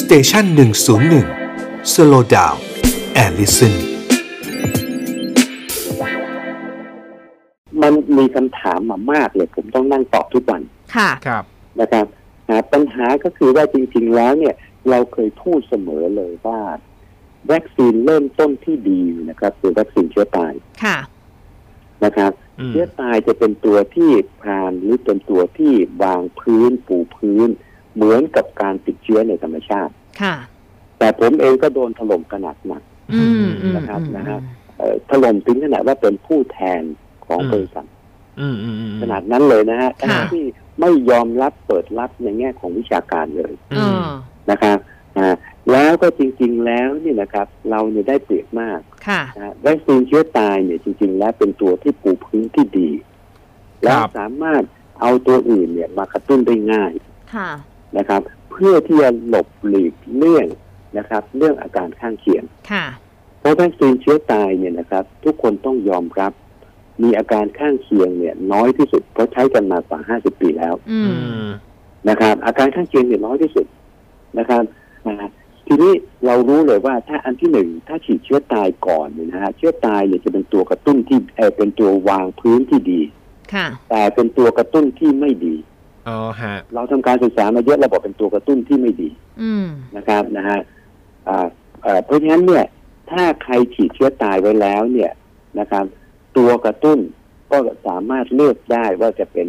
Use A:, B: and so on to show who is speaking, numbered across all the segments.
A: สเตชันหนึ่งศูนย์หนึ่งสโลดาวแอลลิสัน
B: มันมีคำถามมามากเลย ผมต้องนั่งตอบทุกวัน
C: ค่ะ
D: ครับ
B: นะครับหาปัญหาก็คือว่าจริง ๆ แล้วเนี่ย เราเคยพูดเสมอเลยว่า วัคซีนเริ่มต้นที่ดีนะครับคือวัคซีนเชื้อตาย
C: ค่ะ
B: นะครับ
D: อืม
B: เชื้อตายจะเป็นตัวที่พรานหรือเป็นตัวที่วางพื้นปูพื้น เหมือนกับการติดเชื้อในธรรมชาติ
C: ค่ะ
B: แต่ผมเองก็โดนถล่มขนาดหนัก
C: อืมอืม
B: นะครั
C: อื
B: บ
C: ม
B: นะฮะ เอ่อถล่มถึงขนาดว่าเป็นผู้แทนของบริษัท
D: อืมอืมอืม
B: ขนาดนั้นเลยนะฮะขณะที่ไม่ยอมรับเปิดรับในแง่ของวิชาการเลย
D: อื
C: เอ
D: ม
C: อ
B: นะครับอ่าแล้วก็จริงๆแล้วเนี่ยนะครับ เราเนี่ยได้เปรียบมาก
C: ค่ะ
B: นะฮะวัคซีนเชื้อตายเนี่ยจริง ๆ แล้วเป็นตัวที่ปูพื้นที่ดี แล้วสามารถเอาตัวอื่นเนี่ยมากระตุ้นได้ง่าย
C: ค่ะ
B: นะครับ เพื่อที่จะหลบหลีกเลี่ยงนะครับ เรื่องอาการข้างเคียง
C: ค่ะ
B: เพราะวัคซีนเชื้อตายเนี่ยนะครับ ทุกคนต้องยอมรับ มีอาการข้างเคียงเนี่ย น้อยที่สุดเพราะใช้กันมากว่า 50 ปีแล้ว
C: อื
D: อื
C: ม
D: ม
B: นะครับอาการข้างเคียงเนี่ยน้อยที่สุดนะครับอ่าทีนี้เรารู้เลยว่าถ้าอันที่หนึ่งถ้าฉีดเชื้อตายก่อนเนี่ยนะฮะเชื้อตายเนี่ยจะเป็นตัวกระตุ้นที่เออเป็นตัววางพื้นที่ดี
C: ค่ะ
B: แต่เป็นตัวกระตุ้นที่ไม่ดี
D: อ๋อฮะ
B: เราทำการศึกษามาเยอะเราบอกเป็นตัวกระตุ้นที่ไม่ดี
C: อืม
B: นะครับนะฮะอ่าเอ่อเพราะฉะนั้นเนี่ยถ้าใครฉีดเชื้อตายไว้แล้วเนี่ยนะครับ ตัวกระตุ้นก็สามารถเลือกได้ว่าจะเป็น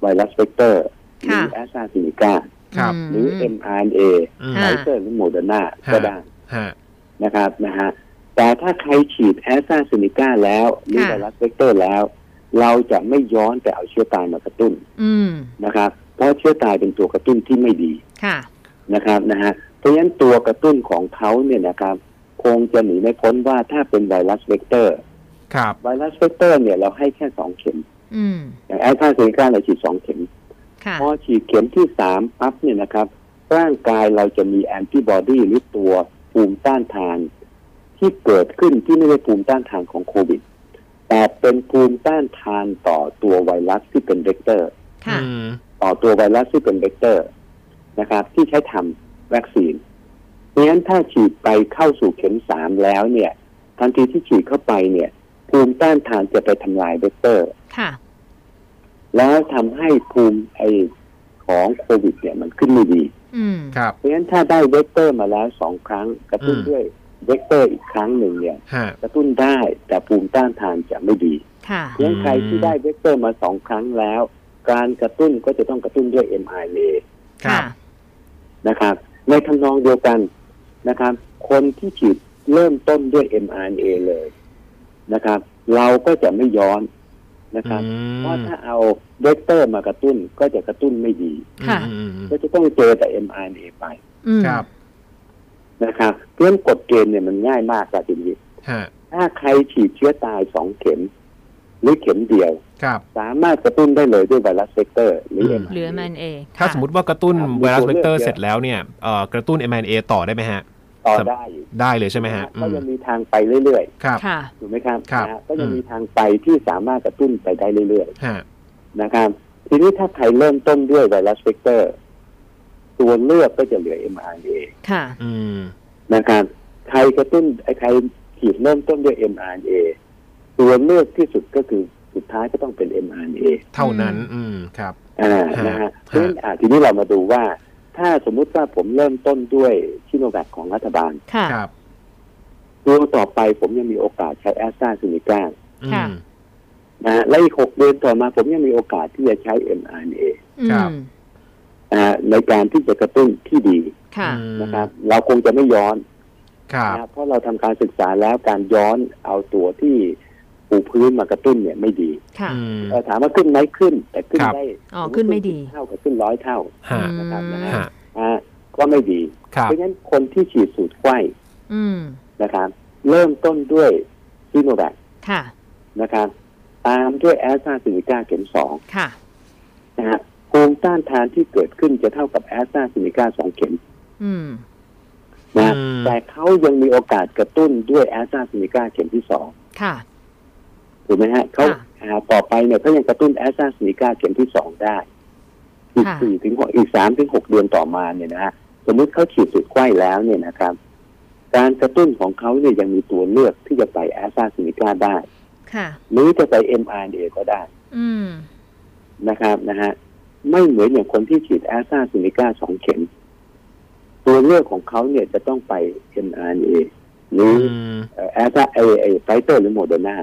B: ไวรัสเวกเตอร์หรือ
C: ค่ะ
B: แอสซาซินิกา
D: ครับ
B: หรือ mRNA
D: อืม
B: ไฟ
C: ค่ะ
B: เซอร์หรือโมเดอร์นาก็ได้
D: ฮะ
B: นะครับนะฮะแต่ถ้าใครฉีดแอสตราเซเนกาแล้วหรือไว
C: ค่ะ
B: รัสเวกเตอร์แล้ว เราจะไม่ย้อนไปเอาเชื้อตายมากระตุ้น
C: อืม
B: นะครับ เพราะเชื้อตายเป็นตัวกระตุ้นที่ไม่ดี
C: ค่ะ
B: นะครับนะฮะเพราะฉะนั้นตัวกระตุ้นของเขาเนี่ยนะครับ คงจะหนีไม่พ้นว่าถ้าเป็นไวรัสเวกเตอร์
D: ครับ
B: ไวรัสเวกเตอร์เนี่ยเราให้แค่สองเข็ม
C: อืม
B: อย่างแอสตราเซเนกาเราฉีดสองเข็ม
C: ค่ะ
B: พอฉีดเข็มที่สามปั๊บเนี่ยนะครับ ร่างกายเราจะมีแอนติบอดีหรือตัวภูมิต้านทาน ที่เกิดขึ้นที่ไม่ใช่ภูมิต้านทานของโควิด แต่เป็นภูมิต้านทานต่อตัวไวรัสที่เป็นเวกเตอร์
C: ค่ะ
D: อืม
B: ต่อตัวไวรัสที่เป็นเวกเตอร์นะครับ ที่ใช้ทำวัคซีนเพราะฉะนั้นถ้าฉีดไปเข้าสู่เข็มสามแล้วเนี่ย ทันทีที่ฉีดเข้าไปเนี่ย ภูมิต้านทานจะไปทำลายเวกเตอร์
C: ค่ะ
B: แล้วทำให้ภูมิไอของโควิด เนี่ยมันขึ้นไม่ดี
C: อืม
D: ครับ
B: เพราะฉะนั้นถ้าได้เวกเตอร์มาแล้วสองครั้ง กระตุ้น
D: อืม
B: ด้วยเวกเตอร์อีกครั้งหนึ่งเนี่ย
D: ฮะ
B: กระตุ้นได้แต่ภูมิต้านทานจะไม่ดี
C: ค่ะ
B: เพราะฉะนั้นใครที่ได้เวกเตอร์มาสองครั้งแล้ว การกระตุ้นก็จะต้องกระตุ้นด้วย mRNA
D: ครั
C: ค่ะ
D: บ
B: นะครับ ในทำนองเดียวกันนะครับ คนที่ฉีดเริ่มต้นด้วย mRNA เลยนะครับ เราก็จะไม่ย้อนนะครับ
D: อืม
B: เพราะถ้าเอาเวกเตอร์มากระตุ้นก็จะกระตุ้นไม่ดี
C: ค่ะ
D: อืมอืม
B: ก็จะต้องเจอแต่ mRNA ไป
C: อืม
D: ครับ
B: นะครับเรื่องกฎเกณฑ์เนี่ยมันง่ายมากครับทีนี้
D: ฮะ
B: ถ้าใครฉีดเชื้อตายสองเข็ม หรือเข็มเดียว
D: ครับ
B: สามารถกระตุ้นได้เลยด้วยไวรัสเซกเตอร์ หรือ
D: อื
B: เอ็
D: ม
B: ม
C: เหลือมันเอง
D: ถ้าสมมติว่ากระตุ้นไวรัสเวกเตอร์เสร็จแล้วเนี่ยเอ่อกระตุ้น mRNA ต่อได้ไหมฮะ
B: ต่อ
D: สำ
B: ได้อยู่
D: ได้เลยใช่ไหมฮะอื
B: ก็
D: ม
B: ยังมีทางไปเรื่อย
D: ครับ
C: ค่ะ
B: ๆถูกไหมครับ
D: ครับ
B: นะฮะก็ยัง
D: อืม
B: มีทางไปที่สามารถกระตุ้นไปได้เรื่อย
D: ฮะ
B: ๆนะครับ ทีนี้ถ้าใครเริ่มต้นด้วยไวรัสเซกเตอร์ ตัวเลือกก็จะเหลือ mRNA
C: ค่ะ
D: อืม
B: นะครับใครกระตุ้นไอ้ใครฉีดเริ่มต้นด้วย mRNA ตัวเลือกที่สุดก็คือสุดท้ายก็ต้องเป็น mRNA
D: เท่านั้นอืมครับ
B: อ่า
D: ฮะ
B: นะฮะ
D: ฮะ
B: เพราะฉะนั้นอ่าทีนี้เรามาดูว่า ถ้าสมมุติว่าผมเริ่มต้นด้วยชิโนแวคของรัฐบาล
C: ค่ะ
D: ครับ
B: ตัวต่อไปผมยังมีโอกาสใช้แอสตราเซเนกา
D: อื
C: ค่ะ
D: ม
B: นะฮะและอีกหกเดือนต่อมาผมยังมีโอกาสที่จะใช้ mRNA
C: อื
D: ครับ
C: ม
B: นะฮะในการที่จะกระตุ้นที่ดี
C: ค่ะ
B: นะครับ เราคงจะไม่ย้อน
D: ครับ
B: นะฮะเพราะเราทำการศึกษาแล้วการย้อนเอาตัวที่ปูพื้นมากระตุ้นเนี่ยไม่ดี
C: ค่ะ
D: อืม
B: เอ่อถามว่าขึ้นไหมขึ้น แต่ขึ้น
D: ครับ
B: ได้
C: อ๋อขึ้นไม่ดี
B: เท่ากับขึ้นร้อยเท่า
D: ฮะ
B: นะครับนะ
D: ฮะ
B: อ่าก็ไม่ดี
D: ครั
B: เพ
D: บ
B: ราะฉะนั้นคนที่ฉีดสูตรไข้
C: อืม
B: นะครับเริ่มต้นด้วยซีโนแวค
C: ค่ะ
B: นะครับตามด้วยแอสตราเซเนกาเข็มสอง
C: ค่ะ
B: นะฮะภูมิต้านทานที่เกิดขึ้นจะเท่ากับแอสตราเซเนกาสองเข็ม
C: อืม
B: นะฮะ
D: อืม
B: แต่เขายังมีโอกาสกระตุ้นด้วยแอสตราเซเนกาเข็มที่สอง
C: ค่ะ
B: ถูกไหมฮะเขา
C: ค่ะ
B: อ่าต่อไปเนี่ยเขายังกระตุ้นแอสตราเซเนกาเข็มที่สองได้ อีก
C: ค่ะ
B: สี่ถึงหกอีกสามถึงหกเดือนต่อมาเนี่ยนะฮะ สมมติเขาฉีดสุดไข้แล้วเนี่ยนะครับ การกระตุ้นของเขาเนี่ยยังมีตัวเลือกที่จะไปแอสตราเซเนกาได้
C: ค่ะ
B: หรือจะไป mRNA ก็ได้
C: อืม
B: นะครับนะฮะไม่เหมือนอย่างคนที่ฉีดแอสตราเซเนกาสองเข็ม ตัวเลือกของเขาเนี่ยจะต้องไป mRNA หรือ
D: อื
B: อ
D: ม
B: แอสตราไอไอไฟเตอร์หรือโมเดอร์นา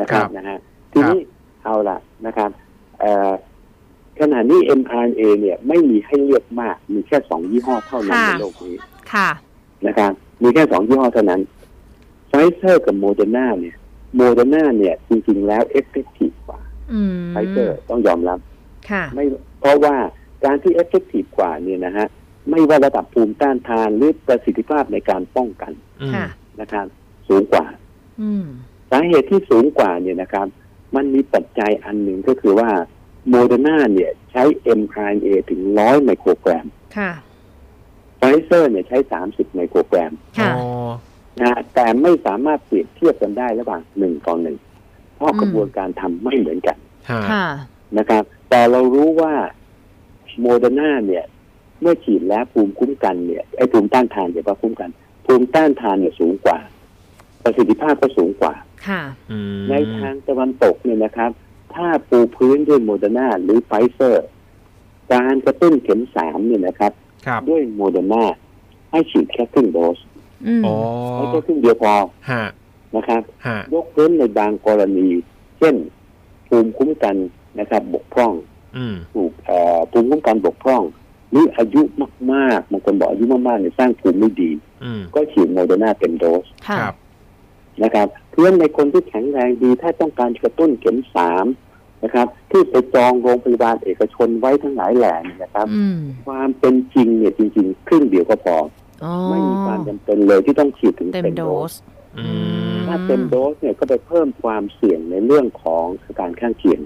B: นะครับ
D: ครับ
B: นะฮะทีนี้เอาละนะครับเอ่อขณะนี้ mRNA เนี่ย ไม่มีให้เลือกมาก มีแค่สองยี่ห้อเท่านั้น
C: ค่ะ
B: ในโลกนี้
C: ค่ะ
B: นะครับ มีแค่สองยี่ห้อเท่านั้นไฟเซอร์กับโมเดอร์นาเนี่ยโมเดอร์นาเนี่ย จริง ๆ แล้วเอฟเฟกตีฟกว่า
C: อืม
B: ไฟเซอร์ต้องยอมรับ
C: ค่ะ
B: ไม่เพราะว่าการที่เอฟเฟกตีฟกว่าเนี่ยนะฮะไม่ว่าระดับภูมิต้านทานหรือประสิทธิภาพในการป้องกัน
C: ค่ะ
B: นะครับ สูงกว่า
C: อืม
B: สาเหตุที่สูงกว่าเนี่ยนะครับ มันมีปัจจัยอันหนึ่งก็คือว่าโมเดอร์นาเนี่ยใช้ mRNA ถึงร้อยไมโครกรัม
C: ค่ะ
B: ไฟเซอร์เนี่ยใช้สามสิบไมโครกรัม
C: ค่ะ
D: อ๋อ
B: นะฮะแต่ไม่สามารถเปรียบเทียบกันได้ระหว่างหนึ่งต่อหนึ่งเพราะกระบวนการทำไม่เหมือนกัน
D: ฮะ
C: ค่ะ
B: นะครับ แต่เรารู้ว่าโมเดอร์นาเนี่ย เมื่อฉีดแล้วภูมิคุ้มกันเนี่ยไอ้ภูมิต้านทานเนี่ยว่าคุ้มกัน ภูมิต้านทานเนี่ยสูงกว่า ประสิทธิภาพก็สูงกว่า
C: ค่ะ
D: อืม
B: ในทางตะวันตกเนี่ยนะครับ ถ้าปูพื้นด้วยโมเดอร์นาหรือไฟเซอร์ การกระตุ้นเข็มสามเนี่ยนะครับ
D: ครับ
B: ด้วยโมเดอร์นาให้ฉีดแค่ครึ่งโดส
C: อืม
D: อ๋อ
B: ให้แค่ครึ่งเดียวพอ
D: ฮะ
B: นะครับ
D: ฮะ
B: ยกเว้นในบางกรณี เช่น ภูมิคุ้มกันนะครับ บกพร่อง
D: อืม
B: ถูกเอ่อภูมิคุ้มกันบกพร่องหรืออายุมากๆบางคนบอกอายุมากๆเนี่ยสร้างภูมิไม่ดี
D: อืม
B: ก็ฉีดโมเดอร์นาเต็มโดส
C: ค่ะ
D: ครับ
B: นะครับเพื่อนในคนที่แข็งแรงดีถ้าต้องการกระตุ้นเข็มสามนะครับ ที่ไปจองโรงพยาบาลเอกชนไว้ทั้งหลายแหล่เนี่ยนะครับ
C: อืม
B: ความเป็นจริงเนี่ยจริงๆ ครึ่งเดียวก็พอ
C: อ๋อ
B: อไม่มีความจำเป็นเลยที่ต้องฉีดถึง
C: เต็ม
B: เต็ม
C: โด
B: โดส
C: ส
D: อืม嗯
B: ถ้าเต็มโดสเนี่ยก็ไปเพิ่มความเสี่ยงในเรื่องของอาการข้างเคียง